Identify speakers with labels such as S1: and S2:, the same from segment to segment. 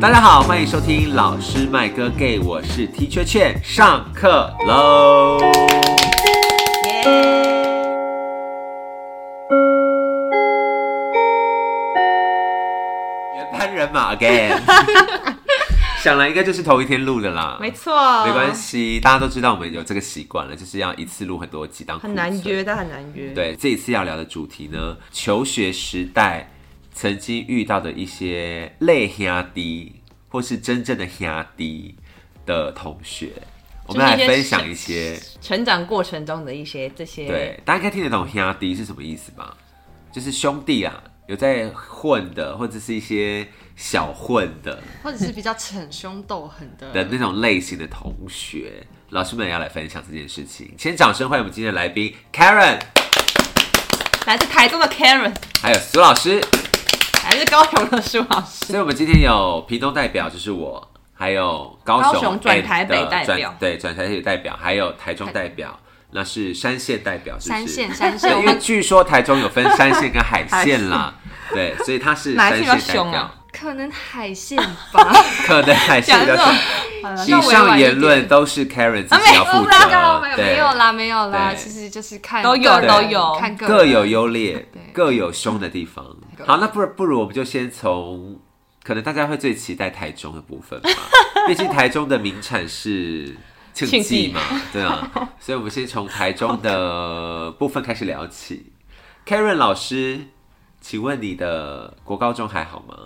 S1: 大家好，欢迎收听老师麦哥 gay，我是 T 缺欠，上课喽。原班人马 again，想来应该就是头一天录的啦，
S2: 没错，
S1: 没关，系，大家都知道我们有这个习惯了，就是要一次录很多集当
S2: 很
S1: 库
S2: 难
S1: 存
S2: 约，但很难约。，
S1: 对，这一次要聊的主题呢，求学时代曾经遇到的一些累兄弟，或是真正的兄弟的同学，我们来分享一些。
S2: 成长过程中的一些这些，，
S1: 对，大家应该听得懂兄弟是什么意思吧？就是兄弟啊，有在混的，或者是一些小混的
S3: 或者是比较逞凶斗狠
S1: 的
S3: 的，
S1: 那种类型的同学。老师们也要来分享这件事情，先掌声欢迎我们今天的来宾 Karen，
S2: 来自台中的 Karen，
S1: 还有苏老师。
S2: 来自高雄的舒老 师，
S1: 所以，我们今天有屏东代表，就是我，还有高雄
S2: 高雄转
S1: and
S2: 台北
S1: 的
S2: 代
S1: 转
S2: 表
S1: 对，转台北代表，还有台中代表，那是山线代表，是不是？
S3: 三线三
S1: 对，
S3: 线，我
S1: 因为
S3: 们
S1: 据说台中有分山线跟海线 啦，对，所以他是
S2: 哪
S1: 山
S2: 一
S1: 线
S2: 次
S1: 代
S2: 比较
S1: 表，
S2: 凶啊
S3: 可能海线 吧，
S1: 可能海线
S2: 讲
S1: 比
S2: 这
S1: 较
S2: 种
S1: 凶。
S2: 好了
S1: 以上言论都是 Karen 自己要负责，
S3: 没有
S1: 对
S3: 没有啦没有啦，
S1: 对
S3: 其实就是看
S2: 都有
S3: 个人
S2: 都有
S3: 看个人
S1: 各有优劣
S3: 对，
S1: 各有凶的地方。好，那不如不如我们就先从，可能大家会最期待台中的部分吧，毕竟台中的名产是庆记
S2: 庆记
S1: 嘛，对啊，所以我们先从台中的部分开始聊起。Karen 老师，请问你的国高中还好吗？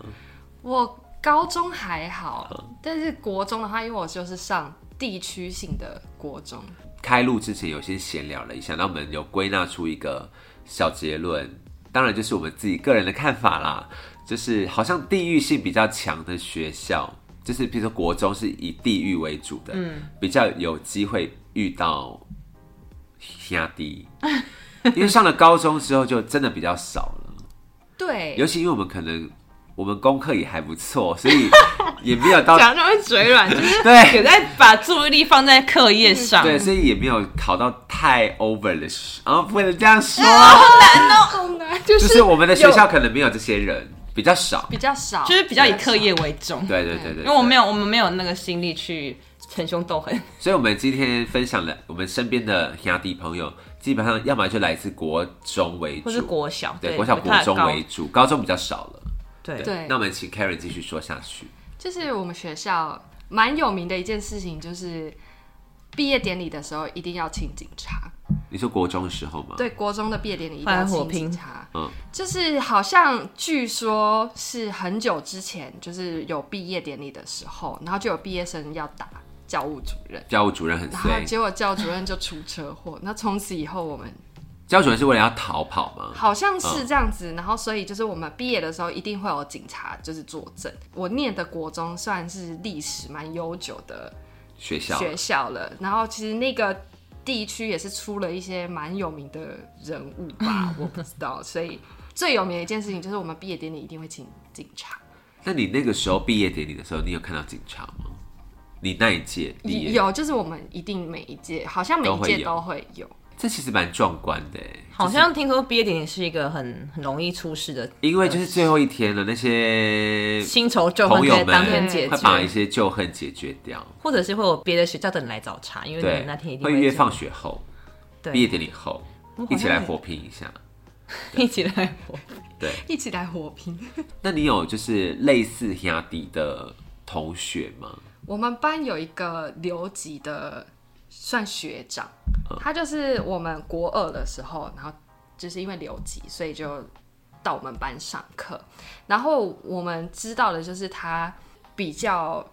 S3: 我高中还好，
S1: 嗯
S3: 但是国中的话，因为我就是上地区性的国中，
S1: 开录之前有先闲聊了一下，那我们有归纳出一个小结论，当然就是我们自己个人的看法啦，就是好像地域性比较强的学校，就是比如说国中是以地域为主的，比较有机会遇到兄弟，因为上了高中之后就真的比较少了。尤
S3: 对，
S1: 其因为我们可能我们功课也还不错，所以也没有 到
S2: 讲到会 嘴软，就是
S1: 对
S2: 有在把注意力放在课业上，
S1: 对，，所以也没有考到太 over 的时，啊，不能这样说，
S3: 好难，就
S1: 就是我们的学校可能没有这些人，比较少。
S3: 比较少，
S2: 就是比较以课业为重，
S1: 对对对对，
S2: 因为我没
S1: 有，
S2: 有我们没有那个心力去逞凶斗狠，
S1: 所以我们今天分享了我们身边的兄弟朋友，基本上要么就来自国中为
S2: 或是
S1: 主，
S2: 国小，
S1: 对，国小、
S2: 不
S1: 国
S2: 太
S1: 中
S2: 高
S1: 为主，高中比较少了。
S2: 对
S3: 对
S1: 那我们请 Karen 继续说下去。
S3: 就是我们学校蛮有名的一件事情，就是毕业典礼的时候一定要请警察。
S1: 你说国中的时候吗？，
S3: 对，国中的毕业典礼一定要
S2: 欢火
S3: 请
S2: 拼
S3: 警察。
S1: 嗯
S3: 就是好像据说是很久之前，就是有毕业典礼的时候，然后就有毕业生要打教务主任，
S1: 教务主任很
S3: 然后
S1: 衰，
S3: 结果教务主任就出车祸。 那从此以后，我们
S1: 教务主任是为了要逃跑吗？
S3: 好像是这样子，然后所以就是我们毕业的时候一定会有警察就是作证。我念的国中算是历史蛮悠久的
S1: 学校
S3: 学校了，然后其实那个地区也是出了一些蛮有名的人物吧， 我不知道，所以最有名的一件事情就是我们毕业典礼一定会请警察，
S1: 那你那个时候毕业典礼的时候，你有看到警察吗？你那一届毕业，
S3: 有就是我们一定每一届好像每一届都会有，
S1: 这其实蛮壮观的欸。
S2: 好像听说毕业典礼是一个很很容易出事的，
S1: 因为就是最后一天了，那些
S2: 新仇 旧恨在当天解
S1: 会把一
S2: 决，
S1: 些旧恨解决掉。
S2: 或者是会有别的学校的人来找茬，因为你
S1: 对
S2: 们那天一，定
S1: 会
S2: 见
S1: 约放学后、毕业
S2: 对，
S1: 典礼后
S2: 我好像
S1: 一起来火拼一下。
S2: 一起来活。
S3: 一起来火拼。
S1: 那你有就是类似兄弟的同学吗？
S3: 我们班有一个留级的算学长，
S2: 嗯
S3: 他就是我们国二的时候，然后就是因为留级，所以就到我们班上课。然后我们知道的就是他比较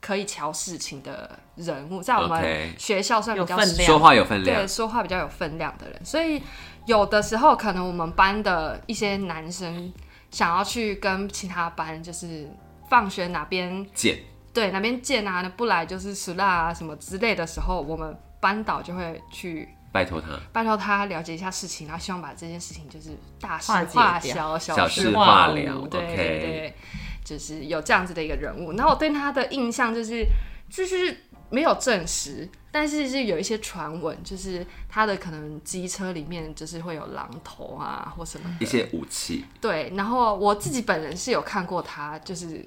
S3: 可以瞧事情的人物，在我
S1: OK
S3: 们学校算比较
S2: 有分量
S1: 说话有分量
S3: 对，说话比较有分量的人，所以有的时候可能我们班的一些男生想要去跟其他班，就是放学哪边
S1: 见
S3: 对哪边见啊，不来就是死啦啊什么之类的时候，我们班导就会去
S1: 拜托他，
S3: 拜托他了解一下事情，然后希望把这件事情就是大事
S2: 化解
S3: 化
S2: 掉
S3: 小，
S1: 小
S3: 事
S1: 事
S2: 事
S1: 化
S2: 化
S3: 无
S1: 了。
S3: 对对对
S1: OK，
S3: 就是有这样子的一个人物。然后我对他的印象就是，就是没有证实，但是是有一些传闻，就是他的可能机车里面就是会有榔头啊或什么
S1: 一
S3: 的。
S1: 些武器
S3: 对，然后我自己本人是有看过他，就是。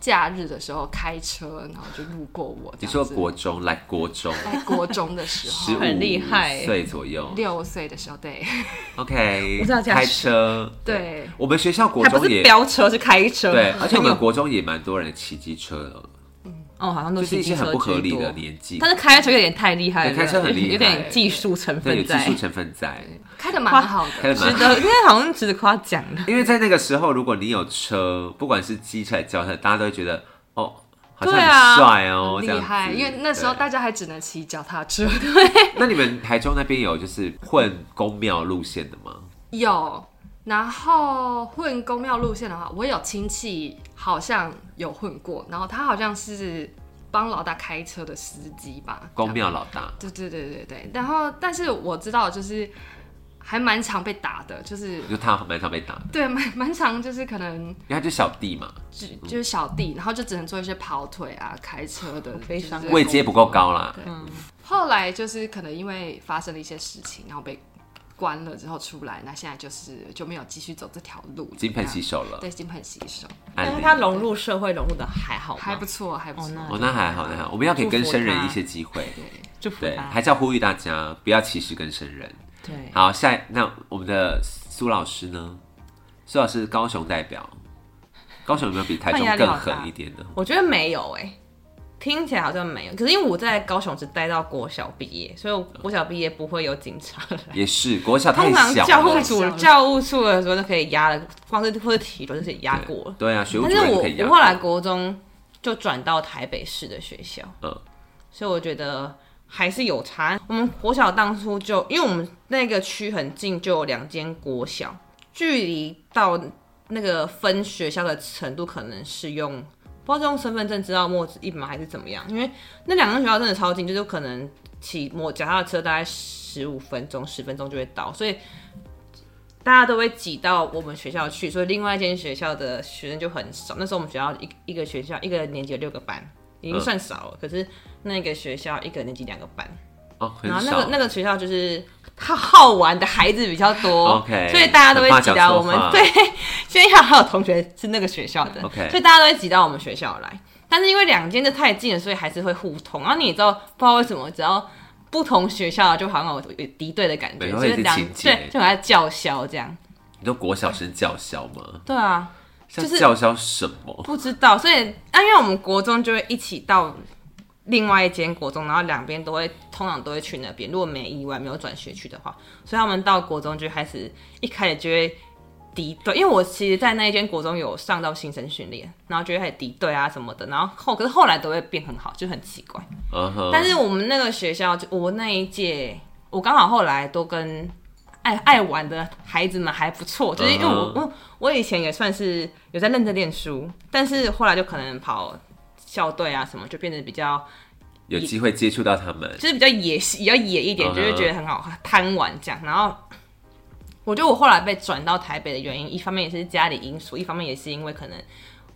S3: 假日的时候开车，然后就路过我。
S1: 你说国中来国中，
S3: 在哎国中的时
S1: 十
S3: 候
S1: 五，
S2: 很厉害
S1: 岁左右
S3: 六岁的时候，对
S1: ，OK，
S2: 我知道驾驶
S1: 开车，
S3: 对，
S1: 我们学校国
S2: 还不
S1: 中
S2: 是
S1: 也
S2: 飙车，是开车。
S1: 对，而且我们国中也蛮多人骑机车的，
S2: 哦，好像都
S1: 就是一些
S2: 骑机车
S1: 很不合理的
S2: 居多
S1: 年纪，
S2: 但是开车有点太厉害了，
S1: 对开车很厉害
S2: 有点技术成
S1: 对有
S2: 分
S1: 技
S2: 在，
S1: 术成分在，
S3: 开的蛮好的，
S1: 开的
S2: 值
S1: 蛮好。
S2: 得，因为好像值得夸奖的。
S1: 因为在那个时候，如果你有车，不管是机车还是轿车，大家都会觉得哦，好像
S2: 对啊
S1: 很帅哦，
S3: 很
S1: 这样
S3: 厉
S1: 子
S3: 害。因为那时候
S1: 对
S3: 大家还只能骑脚踏车，
S1: 那你们台中那边有就是混公庙路线的吗？
S3: 有。然后混公庙路线的话，我有亲戚好像有混过，然后他好像是帮老大开车的司机吧，
S1: 公庙老大，
S3: 对对对对对，然后但是我知道就是还蛮常被打的，就是
S1: 就他蛮常被打的，
S3: 对蛮蛮常就是可能
S1: 因为他就小弟嘛，
S3: 就就是小弟，然后就只能做一些跑腿啊、开车的，
S2: 悲伤
S3: 就是
S2: 对
S1: 位阶不够高啦。
S3: 后来就是可能因为发生了一些事情，然后被关了之后出来，那现在就是就没有继续走这条路，
S1: 金盆洗
S3: 手，
S1: 手了，
S3: 对，金盆洗手
S1: 安
S2: 但是
S1: 利
S2: 他融入社会融入的还好吗，
S3: 还不错，还不错。
S2: 哦
S1: 哦，那还好，那还好，我们要给
S2: 祝福
S1: 更生人
S2: 他
S1: 一些机会。
S2: 祝福
S1: 对，
S2: 他
S1: 还。是要呼吁大家不要歧视更生人。
S2: 对，
S1: 好，下一那我们的苏老师呢？苏老师高雄代表，高雄有没有比台中
S2: 抗压力
S1: 更
S2: 好大
S1: 狠一点的？
S2: 我觉得没有哎、听起来好像没有。可是因为我在高雄只待到国小毕业，所以我国小毕业不会有警察来。
S1: 也是国小太
S2: 通常
S1: 小
S2: 教务
S1: 了，
S2: 主
S3: 太小了
S2: 教务处的时候就可以压了，光是或者体轮就可以压过了。
S1: 对啊，学务
S2: 但
S1: 主
S2: 是
S1: 任就
S2: 我
S1: 可以压
S2: 我
S1: 过。
S2: 后来国中就转到台北市的学校，
S1: 嗯
S2: 所以我觉得还是有差。我们国小当初就因为我们那个区很近，就有两间国小，距离到那个分学校的程度可能是用不知道是用身份证知道墨子一码还是怎么样，因为那两个学校真的超近，就是可能骑摩脚踏车大概十五分钟、十分钟就会到，所以。大家都会挤到我们学校去，所以另外一间学校的学生就很少。那时候我们学校一一个学校一个年级有六个班，已经算少
S1: 嗯
S2: 了。可是那个学校一个年级两个班，
S1: 哦，很
S2: 然后那
S1: 少
S2: 个那个学校就是他好玩的孩子比较多
S1: OK，
S2: 所以大家都会挤
S1: 很怕
S2: 到
S1: 讲
S2: 我
S1: 错
S2: 们
S1: 话
S2: 对， 学校还有同学是那个学校的
S1: OK
S2: 所以大家都会挤到我们学校来。但是因为两间就太近了，所以还是会互通。然后你也知道，不知道为什么，只要不同学校就好像有有敌对的感觉，
S1: 对
S2: 就
S1: 会有一
S2: 是
S1: 些
S2: 两
S1: 情节
S2: 对就很在叫嚣这样。
S1: 你说国小生叫嚣 吗？
S2: 对啊，
S1: 像
S2: 就是
S1: 叫嚣什么？
S2: 不知道，所以啊，因为我们国中就会一起到另外一间国中，然后两边都会通常都会去那边。如果没意外没有转学去的话，所以他们到国中就开始一开始就会敌对，因为我其实，在那一间国中有上到新生训练，然后就会开始敌对啊什么的，然后后可是后来都会变很好，就很奇怪。
S1: 嗯哼，
S2: 但是我们那个学校，就我那一届，我刚好后来都跟爱爱玩的孩子们还不错，就是因为我
S1: 嗯哼
S2: 我我以前也算是有在认真念书，但是后来就可能跑校队啊什么，就变得比较
S1: 有机会接触到他们，
S2: 就是比较野系比较野一点，
S1: 嗯哼
S2: 就是觉得很好贪玩这样，然后。我觉得我后来被转到台北的原因，一方面也是家里因素，一方面也是因为可能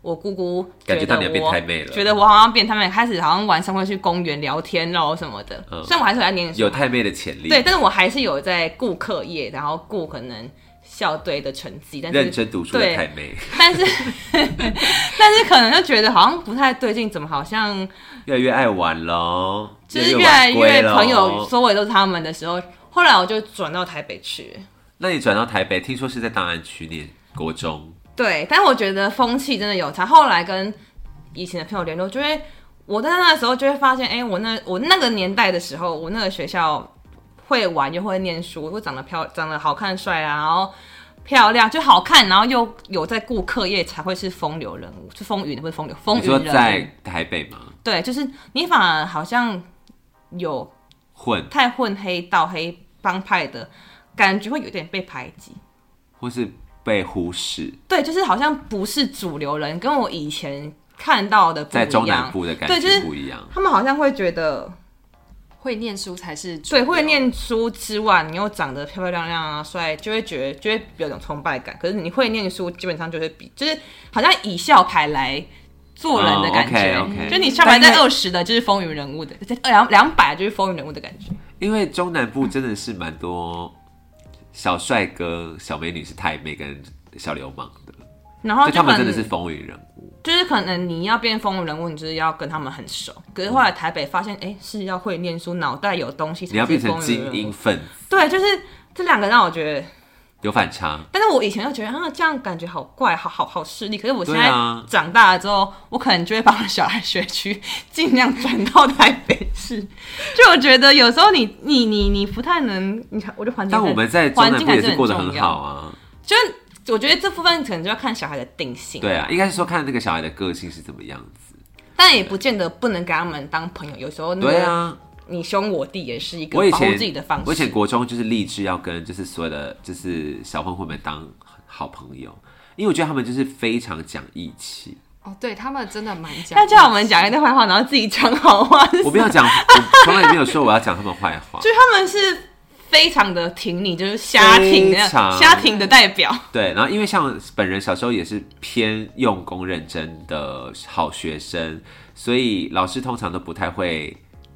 S2: 我姑姑觉
S1: 感觉
S2: 得
S1: 到你要变
S2: 我
S1: 太妹了
S2: 觉得我好像变他们开始好像晚上会去公园聊天喽什么的。
S1: 嗯
S2: 虽然我还是有在念书，
S1: 有太妹的潜力，
S2: 对，但是我还是有在顾课业，然后顾可能校队的成绩，但
S1: 认
S2: 是
S1: 真读书的
S2: 对
S1: 太妹，
S2: 但是 但是可能就觉得好像不太对劲，怎么好像
S1: 越来越爱玩喽，
S2: 就是越
S1: 来
S2: 来越朋友
S1: 喽。
S2: 周围都是他们的时候，后来我就转到台北去。
S1: 那你转到台北，听说是在大安区念国中，
S2: 对，但我觉得风气真的有差。后来跟以前的朋友联络，就会我在那时候就会发现，哎、我那我那个年代的时候，我那个学校会玩又会念书，又长得漂长得好看帅啊，然后漂亮就好看，然后又有在顾课业才会是风流人物，是风云不是风流风
S1: 你说
S2: 云
S1: 在
S2: 人物。
S1: 台北吗？
S2: 对，就是你反而好像有
S1: 混，
S2: 太混黑道黑帮派的感觉，会有点被排挤。
S1: 或是被忽视，
S2: 对，就是好像不是主流人，跟我以前看到的不
S1: 在中
S2: 一
S1: 南
S2: 样。
S1: 部的感
S2: 对就
S1: 觉
S2: 是
S1: 不一样。
S2: 他们好像会觉得，
S3: 会念书才是主
S2: 对，
S3: 流
S2: 会念书之外，你又长得漂漂亮亮啊，帅，就会觉得就会有种崇拜感。可是你会念书，基本上就会比，就是好像以校牌来做人的感觉。
S1: 哦，OK，OK
S2: 就你校牌在二十的，就是风云人物的；两两百就是风云人物的感觉。
S1: 因为中南部真的是蛮多小帅哥、小美女是太妹跟小流氓的，
S2: 然后
S1: 就他们
S2: 可
S1: 真
S2: 能
S1: 的是风云人物，
S2: 就是可能你要变风云人物，你就是要跟他们很熟。可是后来台北发现，哎、是要会念书，脑袋有东西才
S1: 你要
S2: 是
S1: 变成
S2: 风云
S1: 精
S2: 人
S1: 英
S2: 物。
S1: 分子，
S2: 对，就是这两个让我觉得，
S1: 有反差。
S2: 但是我以前就觉得啊，这样感觉好怪，好好好势力。可是我现
S1: 对
S2: 在
S1: 啊
S2: 长大了之后，我可能就会把我的小孩学区尽量转到台北市。就我觉得有时候你你你你不太能，你看我就环境
S1: 但
S2: 还，
S1: 我们在中
S2: 环
S1: 南
S2: 境
S1: 部
S2: 还
S1: 也
S2: 是
S1: 是
S2: 很
S1: 过得
S2: 重
S1: 很
S2: 要
S1: 好啊。
S2: 就是我觉得这部分可能就要看小孩的定性。
S1: 对啊，应该是说看那个小孩的个性是怎么样子。
S2: 但也不见得不能给他们当朋友，有时候那
S1: 对
S2: 个
S1: 啊，
S2: 你凶我弟也是一个
S1: 我以
S2: 嗯保护
S1: 前
S2: 自己的方式。
S1: 我以前国中就是立志要跟就是所有的就是小混混们当好朋友，因为我觉得他们就是非常讲义气。
S3: 哦，对他们真的蛮讲义气。
S2: 他叫我们讲一堆坏话，然后自己讲好话，就
S1: 我
S2: 是
S1: 没有讲，我从来也没有说我要讲他们坏话。
S2: 他们是非常的挺你，就是瞎挺的
S1: 非常
S2: 瞎挺的代表。
S1: 对，然后因为像本人小时候也是偏用功认真的好学生，所以老师通常都不太会，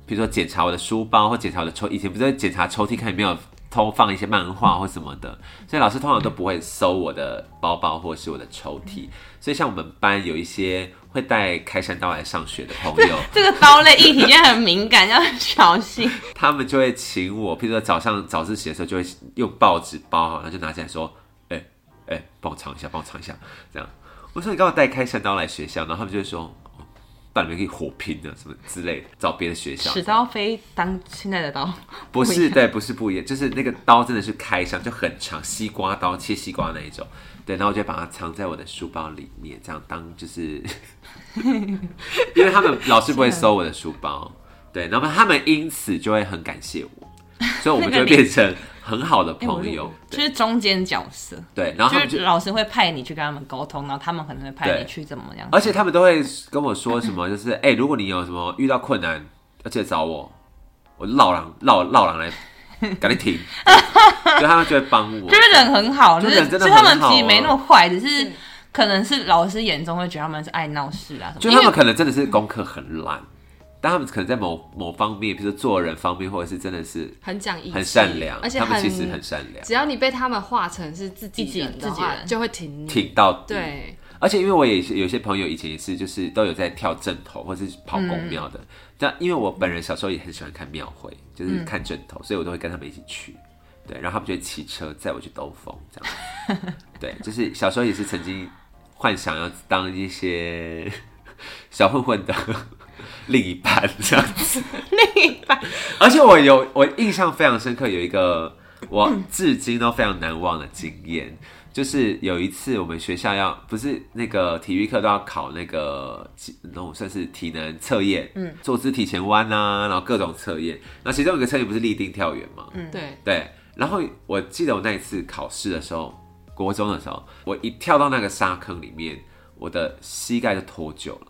S1: 比如说检查我的书包或检查我的抽，以前不是会检查抽屉看有没有偷放一些漫画或什么的，所以老师通常都不会搜我的包包或是我的抽屉。所以像我们班有一些会带开山刀来上学的朋友，
S2: 这个刀类议题现在很敏感，要很小心。
S1: 他们就会请我，譬如说早上早自习的时候，就会用报纸包好，然后就拿起来说：“哎、哎、帮我尝一下，帮我尝一下。”这样，我说你刚好带开山刀来学校，然后他们就会说：“哦，办里面可以火拼的什么之类的，找别的学校。”
S2: 此刀非当现在的刀，
S1: 不
S2: 不一
S1: 是，
S2: 样
S1: 对，不是不一样，就是那个刀真的是开伤，就很长，西瓜刀切西瓜那一种。对，然后我就把它藏在我的书包里面，这样当 就是，因为他们老师不会收我的书包，对，然后他们因此就会很感谢我，所以我们就会变成很好的朋友。
S2: 就是中间角色，
S1: 对，啊然后他们
S2: 就
S1: 就是
S2: 老师会派你去跟他们沟通，然后他们可能会派
S1: 对
S2: 你去怎么样。
S1: 而且他们都会跟我说什么，就是哎、欸如果你有什么遇到困难，要记得找我，我绕狼绕绕狼来，赶紧停， 对，所以他们就会帮我，
S2: 就是人很好，
S1: 就是人真的
S2: 就他们
S1: 很好啊
S2: 其实没那么坏，只是
S3: 对
S2: 可能是老师眼中会觉得他们是爱闹事啊什么。
S1: 就
S2: 因
S1: 他
S2: 为
S1: 们可能真的是功课很烂，但他们可能在某某方面，比如说做人方面，或者是真的是
S3: 很讲义气，
S1: 很善良，
S3: 而且
S1: 他
S3: 很
S1: 们其实很善良，
S3: 只要你被他们化成是自己人的
S2: 自己
S3: 话，
S2: 人
S3: 就会挺你。
S1: 挺到底。
S3: 对，
S1: 而且因为我也是有些朋友以前也是，就是都有在跳正头或是跑公庙的，但因为我本人小时候也很喜欢看庙会，就是看正头，所以我都会跟他们一起去。对，然后他们就会骑车载我去兜风，这样。对，就是小时候也是曾经幻想要当一些小混混的另一半这样子。
S2: 另一半
S1: 而且我有我印象非常深刻，有一个我至今都非常难忘的经验，就是有一次我们学校要不是那个体育课都要考那个那种算是体能测验，嗯，坐姿体前弯啊，然后各种测验，那其中有个测验不是立定跳远吗？嗯，
S3: 对，
S1: 对。然后我记得我那一次考试的时候，国中的时候，我一跳到那个沙坑里面，我的膝盖就脱臼了。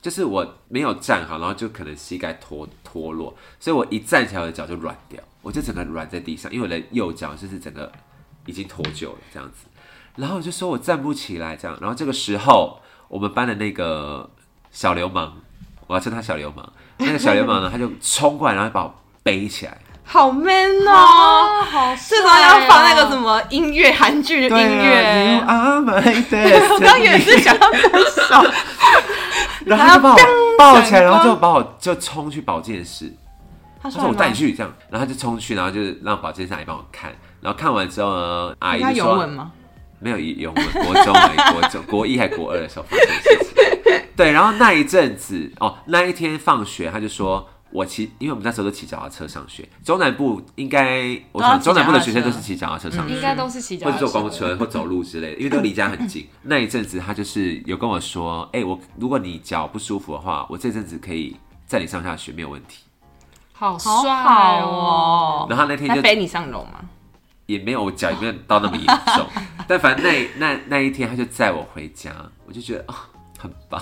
S1: 就是我没有站好，然后就可能膝盖脱脱落，所以我一站起来我的脚就软掉，我就整个软在地上，因为我的右脚就是整个已经脱臼了这样子。然后我就说我站不起来这样，然后这个时候我们班的那个小流氓，我要称他小流氓，那个小流氓呢，他就冲过来，然后把我背起来，
S2: 好 man 哦、
S3: 哦，好，
S2: 这时候要放那个什？么音乐，韩剧的音乐。
S1: 啊 y o
S2: 我刚也是想要分手，
S1: 然后他就把我抱起来，
S2: 闪
S1: 然
S2: 光
S1: 后就把我就冲去保健室，
S2: 他
S1: 他说我带你
S2: 去，
S1: 去这样，然后他就冲去，然后就是让保健师来帮我看，然后看完之后 呢，阿姨
S2: 他
S1: 就
S2: 有
S1: 说
S2: 吻吗？
S1: 没有游文，国中而已，国中国一还国二的时候发生的事 情。对，然后那一阵子哦，那一天放学他就说。我骑，因为我们那时候都骑脚踏车上学，中南部应该，我
S2: 都要
S1: 想
S2: 骑
S1: 中南部的学生都
S2: 脚踏车嗯
S1: 是骑脚踏车上学，
S3: 应该都是骑脚
S1: 或
S3: 踏
S1: 者
S3: 车
S1: 坐公 车或走路之类的，因为都离家很近。那一阵子他就是有跟我说，哎、我如果你脚不舒服的话，我这阵子可以载你上下学没有问题。
S3: 好帅
S2: 好好哦、
S1: 然后他那天
S2: 他
S1: 就
S2: 背你上楼吗？
S1: 也没有我脚也没有到那么严 重，但反正那那那一天他就载我回家，我就觉得啊、很 棒。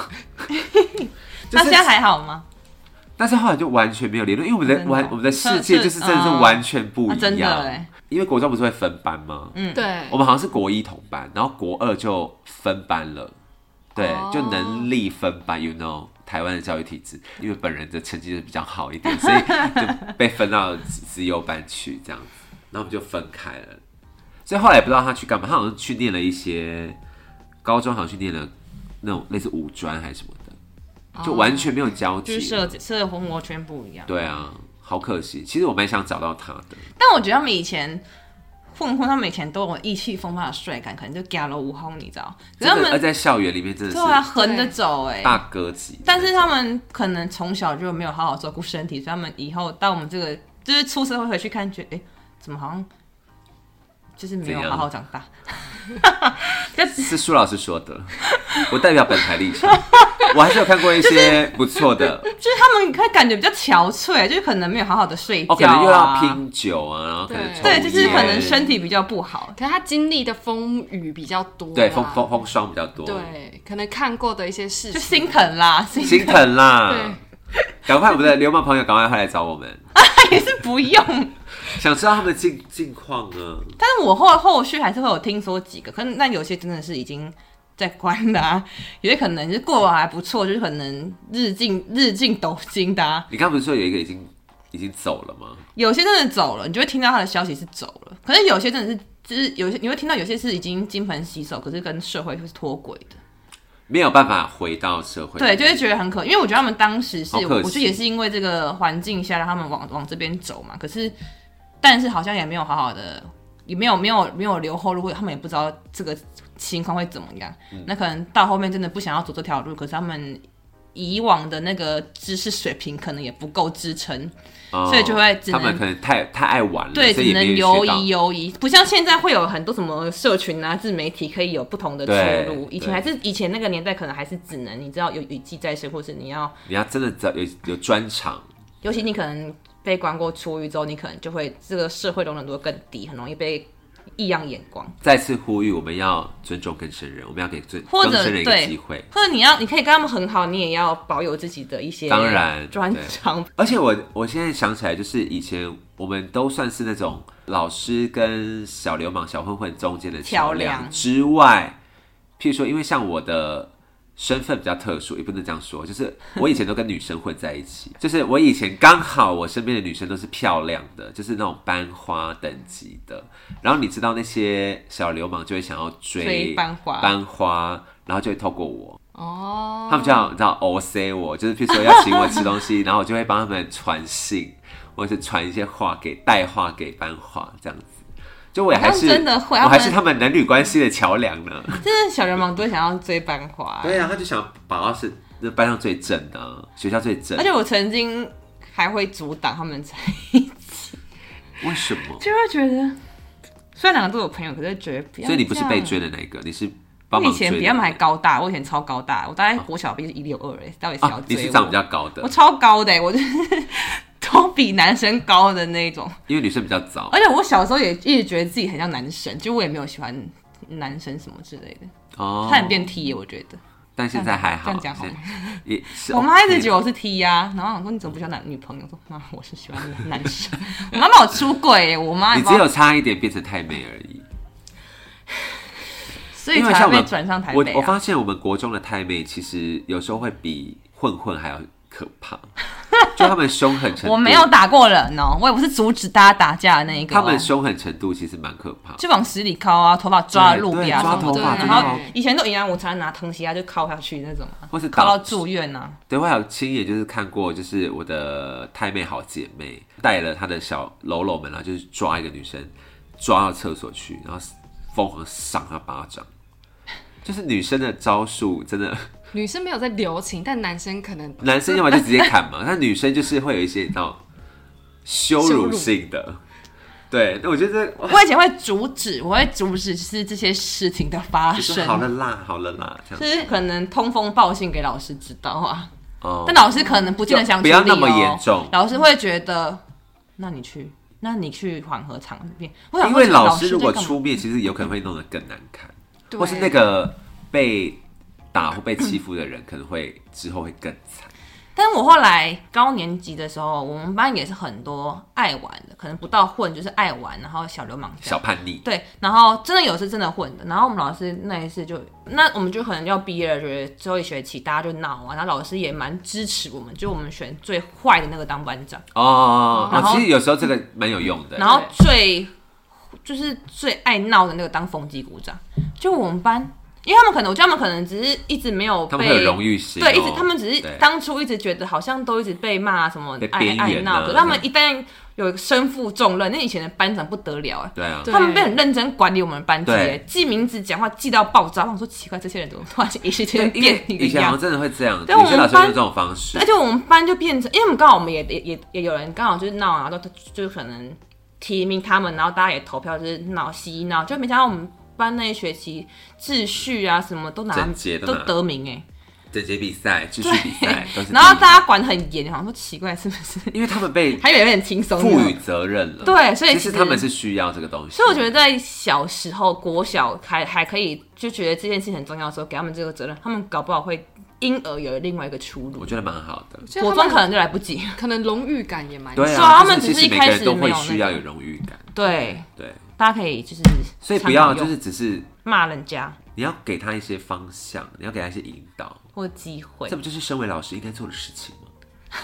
S1: 就
S2: 他
S1: 是
S2: 现在还好吗？
S1: 但是后来就完全没有联络，因为我们
S2: 真
S1: 的
S2: 的
S1: 完我们的世界就是真的是
S2: 嗯
S1: 完全不
S2: 啊，真
S1: 一样
S2: 的。哎，
S1: 因为国中不是会分班吗？嗯，
S3: 对
S1: 我，们好像是国一同班，然后国二就分班了，对，
S3: 哦
S1: 就能力分班，you know，台湾的教育体制，因为本人的成绩就是比较好一点，所以就被分到资优班去这样子，然后我们就分开了。所以后来也不知道他去干嘛，他好像去念了一些高中好像去念了那种类似五专还是什么的，
S2: 哦
S1: 就完全没有交集
S2: 就
S1: 了。
S2: 是社社活圈不一样。
S1: 对啊，好可惜。其实我蛮想找到他的，
S2: 但我觉得他们以前混混，他们以前都有意气风发的帅感，可能就加了五号，你知道？可是他
S1: 真的，而
S2: 们
S1: 在校园里面真的
S2: 对啊，
S1: 是
S2: 横着走哎、
S1: 大哥级。
S2: 但是他们可能从小就没有好好照顾身体，所以他们以后到我们这个就是出社会回去看，觉得哎、诶怎么好像就是没有
S1: 怎样
S2: 好好长大。
S1: 是苏老师说的，我代表本台立场。我还是有看过一些不错的，
S2: 就是他们会感觉比较憔悴，就是可能没有好好的睡
S1: 哦，
S2: 觉、啊
S1: 可能又要，拼酒啊，然后可能
S3: 对
S1: 抽
S2: 对，就是可能
S1: 烟
S2: 身体比较不好。
S3: 可是他经历的风雨比较多啦，啊
S1: 对
S2: 啊
S1: 风风风霜比较多，，
S3: 对，可能看过的一些事
S2: 就
S3: 情，
S2: 心疼啦，心
S1: 心疼啦
S3: 对。
S1: 赶快，我们的流氓朋友，赶快快来找我们，
S2: 也是不用。
S1: 想知道他们的近近况啊呢？
S2: 但是我后后续还是会有听说几个，可能那有些真的是已经在关的、啊，有些可能是过得还不错，就是可能日进日进斗金的、啊，
S1: 你刚不是说有一个已经已经走了吗？
S2: 有些真的走了，你就会听到他的消息是走了，可是有些真的是。就是有些你会听到有些是已经金盆洗手，可是跟社会是脱轨的，
S1: 没有办法回到社会，
S2: 对，就会觉得很可，因为我觉得他们当时是，
S1: 好可
S2: 我
S1: 惜
S2: 觉得也是因为这个环境下让他们往往这边走嘛，可是但是好像也没有好好的，也没有没有没有留后路，或者他们也不知道这个情况会怎么样。
S1: 嗯
S2: 那可能到后面真的不想要走这条路，可是他们以往的那个知识水平可能也不够支撑，
S1: 哦
S2: 所以就会只
S1: 他
S2: 能
S1: 们可能太太爱玩了，
S2: 对，
S1: 所以
S2: 只
S1: 也
S2: 能
S1: 没
S2: 游
S1: 学到
S2: 移游移，不像现在会有很多什么社群啊、自媒体可以有不同的
S1: 对
S2: 出路。以前
S1: 对
S2: 还是以前那个年代，可能还是只能你知道有雨季在身，或是你要，
S1: 你要真的找有有专长，
S2: 尤其你可能被关过出狱之后，你可能就会这个社会容忍度更低，很容易被异样眼光。
S1: 再次呼吁，我们要尊重更生人，我们要给尊
S2: 或者
S1: 更生人一个
S2: 对
S1: 机会。
S2: 或者你要，你可以跟他们很好，你也要保有自己的一些
S1: 当然
S2: 专
S1: 对
S2: 长。
S1: 而且我我现在想起来，就是以前我们都算是那种老师跟小流氓、小混混中间的桥
S2: 桥
S1: 梁
S2: 梁
S1: 之外，譬如说，因为像我的身份比较特殊，也不能这样说，就是我以前都跟女生混在一起，就是我以前刚好我身边的女生都是漂亮的，就是那种班花等级的，然后你知道那些小流氓就会想要追
S2: 追班花
S1: 班花，然后就会透过我，
S3: 哦，
S1: 他们就要你知道 O C 我，就是譬如说要请我吃东 西，然后我就会帮他们传信，或者是传一些话给带话给班话这样子。就我也还
S2: 他们
S1: 是
S2: 哦真的会
S1: 我还是
S2: 他
S1: 他们男女关系的桥梁呢。
S2: 真的小流氓都会想要追班花、
S1: 对啊，他就想把他是那班上最正的啊，学校最正
S2: 而。且我曾经还会阻挡他们在
S1: 为什么？
S2: 就会觉得，虽然两个都有朋友，可是觉得不要。
S1: 所以你不是被追，的那一个，你是帮
S2: 我以
S1: 忙追
S2: 前
S1: 的那个。
S2: 比他们还高大，我以前超高大，我大概国小毕是一六二哎，到底谁要
S1: 啊，你
S2: 追
S1: 是
S2: 我？
S1: 长比较高的
S2: 我，超高的、欸，我就是 都比男生高的那一种。
S1: 因为女生比较早
S2: 而且我小时候也一直觉得自己很像男生，就我也没有喜欢男生什么之类的，
S1: 哦
S2: 他。很变 T，耶我觉得。
S1: 但现在还
S2: 这
S1: 好
S2: 样，讲好吗
S1: 现在也是哦
S2: 我
S1: OK 的。
S2: 妈一直觉得我是 T 呀、然后我说你怎么不喜欢男女朋友？我说妈，我是喜欢男男生。我妈把我出轨、欸，我妈也
S1: 你
S2: 把我
S1: 只有差一点变成太美而已。
S2: 所以
S1: 因为
S2: 才
S1: 像我
S2: 被
S1: 们
S2: 转上台
S1: 我
S2: 北、啊
S1: 我发现我们国中的太妹其实有时候会比混混还要可 怕，就他们凶狠程度，
S2: 我没有，打过人哦，我也不是阻止大家打架的那一个、
S1: 他
S2: 哦。
S1: 们凶狠程度其实蛮可怕。
S2: 就往死里敲啊，头发抓在路
S1: 对
S2: 边啊，
S1: 抓
S2: 什么
S1: 头
S2: 的
S1: 发，
S3: 对
S1: 真
S2: 然
S1: 的
S2: 后
S1: 好，
S2: 以前都以前我常常拿藤席啊就敲下去那种啊，
S1: 或是
S2: 敲到
S1: 打
S2: 住院啊。
S1: 对，我还有亲眼就是看过，就是我的太妹好姐妹带了她的小喽啰们，然后啊就是抓一个女生，抓到厕所去，然后疯狂赏她巴掌。就是女生的招数真的，
S3: 女生没有在留情，但男生可能
S1: 男生要么就直接砍 嘛，但女生就是会有一些你知道羞辱性的。对，那我觉得这
S2: 我以前会阻止，我会阻止就是这些事情的发
S1: 就
S2: 生啊
S1: 是，好了啦，好了啦，这样
S2: 就是可能通风报信给老师知道啊，
S1: 哦
S2: 但老师可能不见得想
S1: 不要
S2: 处理
S1: 那么
S2: 哦
S1: 严重
S2: 老师会觉得，那你去，那你去缓和场面。我想
S1: 因
S2: 说
S1: 为
S2: 这个
S1: 老
S2: 师
S1: 师如果
S2: 在干嘛
S1: 出面，其实有可能会弄得更难看，
S3: 对
S1: 或是那个被打或被欺负的人，可能会之后会更惨。
S2: 但我后来高年级的时候，我们班也是很多爱玩的，可能不到混就是爱玩，然后小流氓这
S1: 小
S2: 样。
S1: 叛逆，
S2: 对，然后真的有是真的混的，然后我们老师那一次就，那我们就可能要毕业了，觉得最后一学期大家就闹啊，然后老师也蛮支持我们，就我们选最坏的那个当班长，
S1: 哦哦，哦
S2: 然
S1: 哦
S2: 后
S1: 其实有时候这个蛮有用的。
S2: 然后最就是最爱闹的那个当风纪股长，就我们班因为他们可能，我觉得他们可能只是一直没有
S1: 他
S2: 被
S1: 们会有荣誉心哦、
S2: 对，一直他们只是
S1: 对
S2: 当初一直觉得好像都一直被骂什么
S1: 被
S2: 爱
S1: 边
S2: 爱
S1: 缘啊
S2: 闹，可是他们一旦有身负重任，那以前的班长不得了啊。
S1: 对啊，
S3: 对
S2: 他们被很认真管理我们班级
S1: 对，
S2: 记名字、讲话记到爆炸。我想说奇怪，这些人怎么突然间一时间
S1: 因为
S2: 变一个
S1: 以前好
S2: 样
S1: 像
S2: 子？
S1: 真的会这样，
S2: 对
S1: 有
S2: 我
S1: 些
S2: 们
S1: 老师会用
S2: 班
S1: 这种方式
S2: 而，且我们班就变成，因为我们刚好我们也也也也有人刚好就是闹，然后就就可能提名他们，然后大家也投票就是闹嬉闹，就没想到我们班那一学期秩序啊什么都拿
S1: 整洁都
S2: 都
S1: 拿
S2: 得名哎、
S1: 整洁比赛、秩序比赛都是第一。
S2: 然后大家管得很严，好像说奇怪是不是？
S1: 因为他们被
S2: 还以为有点轻松。
S1: 赋予责任了，
S2: 对所以
S1: 其
S2: 其
S1: 实
S2: 实
S1: 他们是需要这个东西。
S2: 所以我觉得在小时候，国小还还可以就觉得这件事情很重要的时候，给他们这个责任，他们搞不好会因而有另外一个出
S1: 我
S2: 路。
S1: 觉得蛮好的。
S3: 所以
S2: 国
S3: 他
S2: 中
S3: 们
S2: 可能就来不及。
S3: 可能荣誉感也蛮
S1: 对
S2: 是啊
S1: 啊，
S2: 他
S1: 就
S2: 们只
S1: 其
S2: 是
S1: 实
S2: 一
S1: 每
S2: 开
S1: 个人
S2: 始
S1: 都
S2: 没
S1: 会
S2: 有
S1: 需
S2: 那
S1: 要
S2: 个
S1: 有荣誉感，
S2: 对，
S1: 对，
S2: 大家可以就是
S1: 所以
S2: 参考
S1: 不要
S2: 用
S1: 就是只是
S2: 骂人家
S1: 你要给他一些方向，你要给他一些引导，
S2: 或机会
S1: 这，不就是身为老师应该做的事情吗？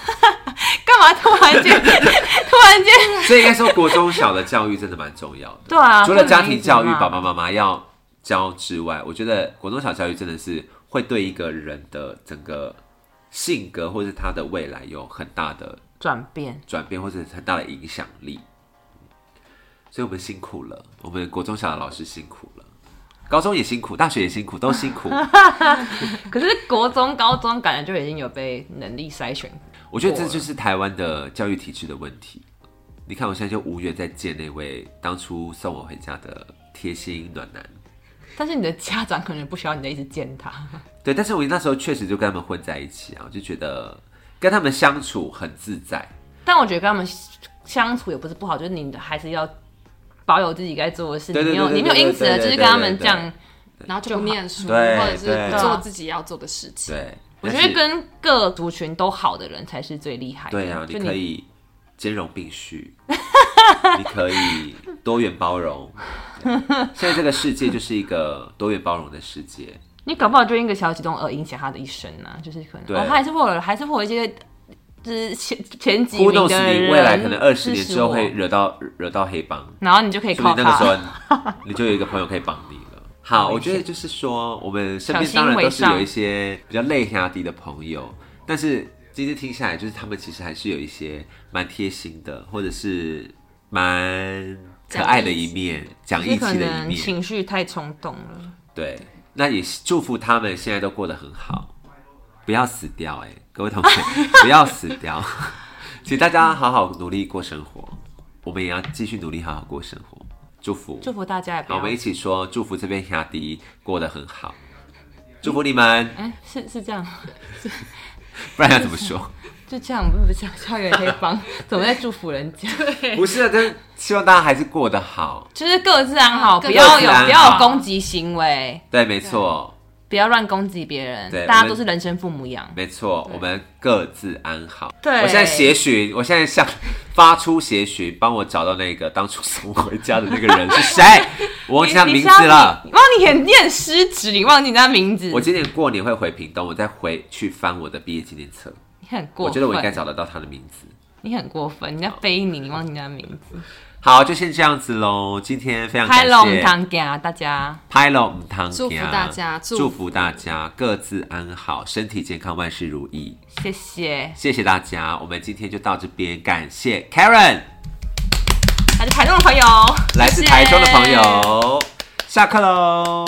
S2: 干嘛突然间突然间？
S1: 所以应该说，国中小的教育真的蛮重要的。
S2: 对啊
S1: 除了家庭教育
S2: 不能一直
S1: 爸
S2: 骂
S1: 爸妈妈要教之外，我觉得国中小教育真的是会对一个人的整个性格或是他的未来有很大的
S2: 转变，
S1: 转变，或者很大的影响力。所以我们辛苦了，我们国中小的老师辛苦了，高中也辛苦，大学也辛苦，都辛 苦。
S2: 可是国中、高中感觉就已经有被能力筛选。
S1: 我觉得这就是台湾的教育体制的问题。你看，我现在就无缘再见那位当初送我回家的贴心暖男。
S2: 但是你的家长可能不需要你的一直见他，
S1: 对，但是我那时候确实就跟他们混在一起啊，我就觉得跟他们相处很自在。
S2: 但我觉得跟他们相处也不是不好，就是你还是要保有自己该做的事
S1: 对对
S2: 情，你没有
S1: 对对
S2: 你没有因此
S1: 对对
S2: 的
S1: 对
S2: 就是跟他们这
S1: 对
S2: 样，
S3: 然后就不念书，或
S1: 对
S3: 者是不
S1: 对
S2: 啊
S3: 做自己要做的事情。
S1: 对，
S2: 我觉
S1: 但
S2: 得
S1: 是
S2: 跟各族群都好的人才是最厉害的。
S1: 对啊，
S2: 就
S1: 你可以兼容并蓄，你可以多元包容。对现在这个世界就是一个多元包容的世 界，
S2: 你搞不好就因一个小举动而影响他的一生呢、就是可
S1: 对
S2: 能哦，他还是会有，还是会有一些就是前前几
S1: 互
S2: 名
S1: 动使
S2: 的
S1: 你
S2: 人，
S1: 未来可能二十年
S2: 支持
S1: 之后
S2: 我
S1: 会，惹到惹到黑帮。
S2: 然后你就可以
S1: 所以
S2: 靠
S1: 那个时
S2: 他。
S1: 候你就有一个朋友可以帮你 了。好，我觉得就是说，我们身边当然都是有一些比较累下低的朋友，但是今天听下来，就是他们其实还是有一些蛮贴心的，或者是蛮可爱的一面，讲
S2: 就是
S1: 义
S2: 可
S1: 气的一
S2: 能
S1: 面。
S2: 情绪太冲动了，
S1: 对，那也祝福他们现在都过得很好，不要死掉哎、各位同 学不要死掉，请大家好好努力过生活，我们也要继续努力好好过生活，祝福，
S2: 祝福大家也不
S1: 好，我
S2: 要
S1: 们一。起说祝福这边雅迪过得很好，祝福你们，
S2: 哎、是是这样，
S1: 不然要怎么说？
S2: 就这样，不是这样，校园黑帮 怎么在祝福人家？
S1: 不是啊，但是希望大家还是过得好。
S2: 就是各自安好，
S3: 各
S2: 不
S3: 自
S2: 要有
S1: 安好
S2: 不要有攻击行为，
S1: 对，没错，
S2: 不要乱攻击别人
S1: 对，
S2: 大
S1: 我
S2: 家
S1: 们
S2: 都是人生父母养。
S1: 没错，我们各自安好。
S2: 对
S1: 我现在协寻，我现在想发出协寻，帮我找到那个当初送我回家的那个人是 谁，我忘记他
S2: 你
S1: 名字了。
S2: 你忘你很你很失职，你忘记他名字，
S1: 我今年过年会回屏东，我再回去翻我的毕业纪念册，
S2: 你很过
S1: 我
S2: 分，
S1: 觉得我应该找得到他的名字。
S2: 你很过分，人家非你，你忘记他名字，
S1: 好，就先这样子喽。今天非常感
S2: 拍
S1: 谢
S2: 龙堂给啊大家，
S1: 拍了唔汤啊
S3: 祝福大家祝福
S1: 祝福大家各自安好，身体健康，万事如意。
S2: 谢谢，
S1: 谢谢大家，我们今天就到这边，感谢 Karen，
S2: 大家台中的朋友，
S1: 来自台中的朋友，下课喽。